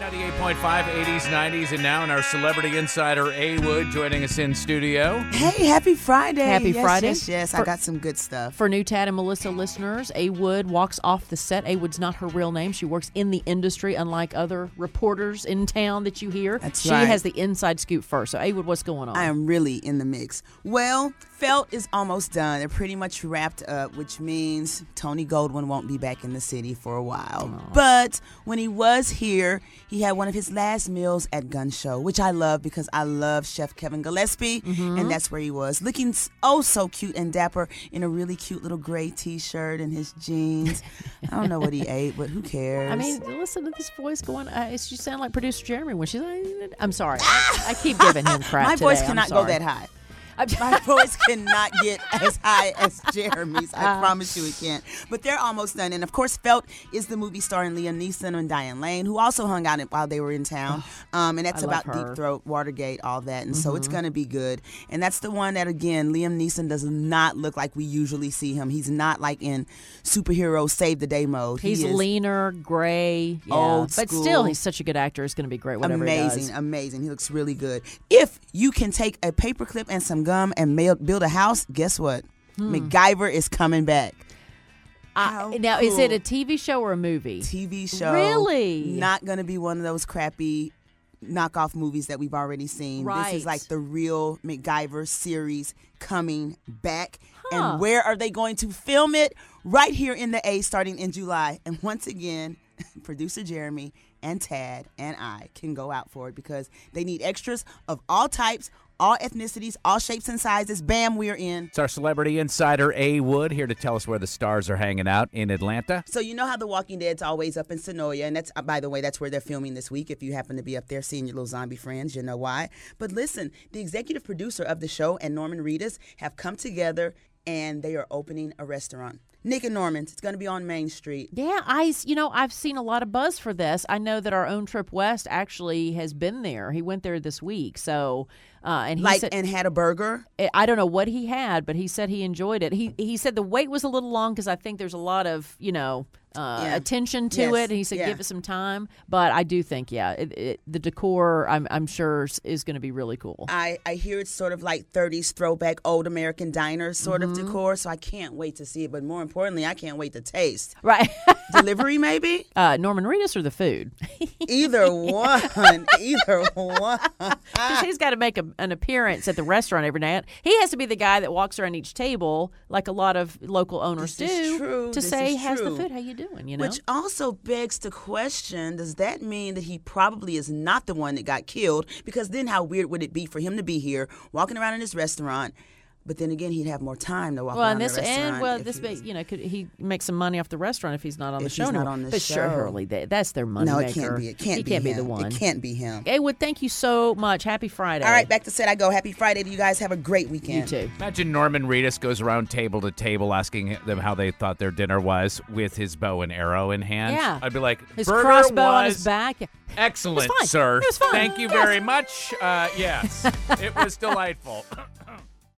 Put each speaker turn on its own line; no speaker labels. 98.5, 80s, 90s, and now, and our celebrity insider, A Wood, joining us in studio.
Hey, happy Friday.
Happy
Yes,
Friday.
Yes, yes. I
For-
got some good stuff.
For new Tad and Melissa listeners, A Wood walks off the set. A Wood's not her real name. She works in the industry, unlike other reporters in town that you hear.
That's
she
right.
has the inside scoop first. So, A Wood, what's going on?
I am really in the mix. Well, Felt is almost done. They're pretty much wrapped up, which means Tony Goldwyn won't be back in the city for a while. But when he was here, he had one of his last meals at Gun Show, which I love because I love Chef Kevin Gillespie,
Mm-hmm.
and that's where he was, looking s- oh so cute and dapper in a really cute little gray T-shirt and his jeans. I don't know what he ate, but who cares?
I mean, listen to this voice going. Uh, she sound like producer Jeremy when she's. Like, I'm sorry. I, I keep giving him crap.
my
today.
voice
I'm
cannot go
sorry.
that high.
I'm-
My voice cannot get as high as Jeremy's.
Ah.
I promise you it can't. But they're almost done. And of course, Felt is the movie starring Liam Neeson and Diane Lane, who also hung out while they were in town. Um, and that's
I love
about Deep
her. Mm-hmm.
Throat, Watergate, all that. And so it's going to be good. And that's the one that, again, Liam Neeson does not look like we usually see him. He's not like in superhero save the day mode. He
He's
is
leaner, gray, yeah.
Old
but
school.
still, he's such a good actor. It's going to be great. Whatever
amazing,
he does.
amazing. He looks really good. If you can take a paperclip and some gum and mail, build a house, guess what? MacGyver is coming back. How
Hmm. I, now, is it
cool.
a TV show or a movie?
TV show.
Really?
Not going to be one of those crappy knockoff movies that we've already seen. This
Right.
is like the real MacGyver series coming back.
Huh.
And where are they going to film it? Right here in the A starting in July. And once again, producer Jeremy and Tad and I can go out for it because they need extras of all types, all ethnicities, all shapes and sizes. Bam, we're in.
It's our celebrity insider, A Wood, here to tell us where the stars are hanging out in Atlanta.
So you know how The Walking Dead's always up in Sonoya, and that's uh, by the way, that's where they're filming this week. If you happen to be up there seeing your little zombie friends, you know why. But listen, the executive producer of the show and Norman Reedus have come together, and they are opening a restaurant. Nick and Norman's. It's going to be on Main Street.
Yeah, I s- you know I've seen a lot of buzz for this. I know that our own trip west actually has been there. He went there this week, so uh, and he
Like
said eh,
and had a burger.
I don't know what he had, but he said he enjoyed it. He he said the wait was a little long because I think there's a lot of you know uh,
Yeah.
attention to
Yes.
it. And he said
Yeah.
give it some time, but I do think yeah, it, it, the decor I'm I'm sure is, is going to be really cool.
I, I hear it's sort of like 30s throwback old American diner sort of decor, so I can't wait to see it. But more importantly, I can't wait to taste.
right,
Delivery, maybe?
uh, Norman Reedus or the food?
Either one. Either one.
'Cause he's got to make a, an appearance at the restaurant every night. He has to be the guy that walks around each table, like a lot of local owners
This is
do,
true.
to
This
say,
is
"How's the
true."
food? How you doing?" You know.
Which also begs the question does that mean that he probably is not the one that got killed? Because then how weird would it be for him to be here walking around in this restaurant? But then again, he'd have more time to walk
well,
around
and this
the restaurant.
and well,
if
this
he
bit,
was-
you know, could he make some money off the restaurant if he's not on the
If
show
he's not
anymore?
on the
but
show.
surely that, that's their money.
no, it can't be. It can't
he
be.
can't be
him.
the one.
It can't be him.
Hey, well, thank you so much. Happy Friday.
All right, back to set I go. Happy Friday to you guys. Have a great
you
weekend.
too.
Imagine Norman Reedus goes around table to table asking them how they thought their dinner was with his bow and arrow in hand.
Yeah.
I'd be like,
His
Burger
crossbow
was
on his back.
Excellent,
It was fine.
sir.
It was fine.
Thank you
Yes.
very much. Uh, yes, it was delightful.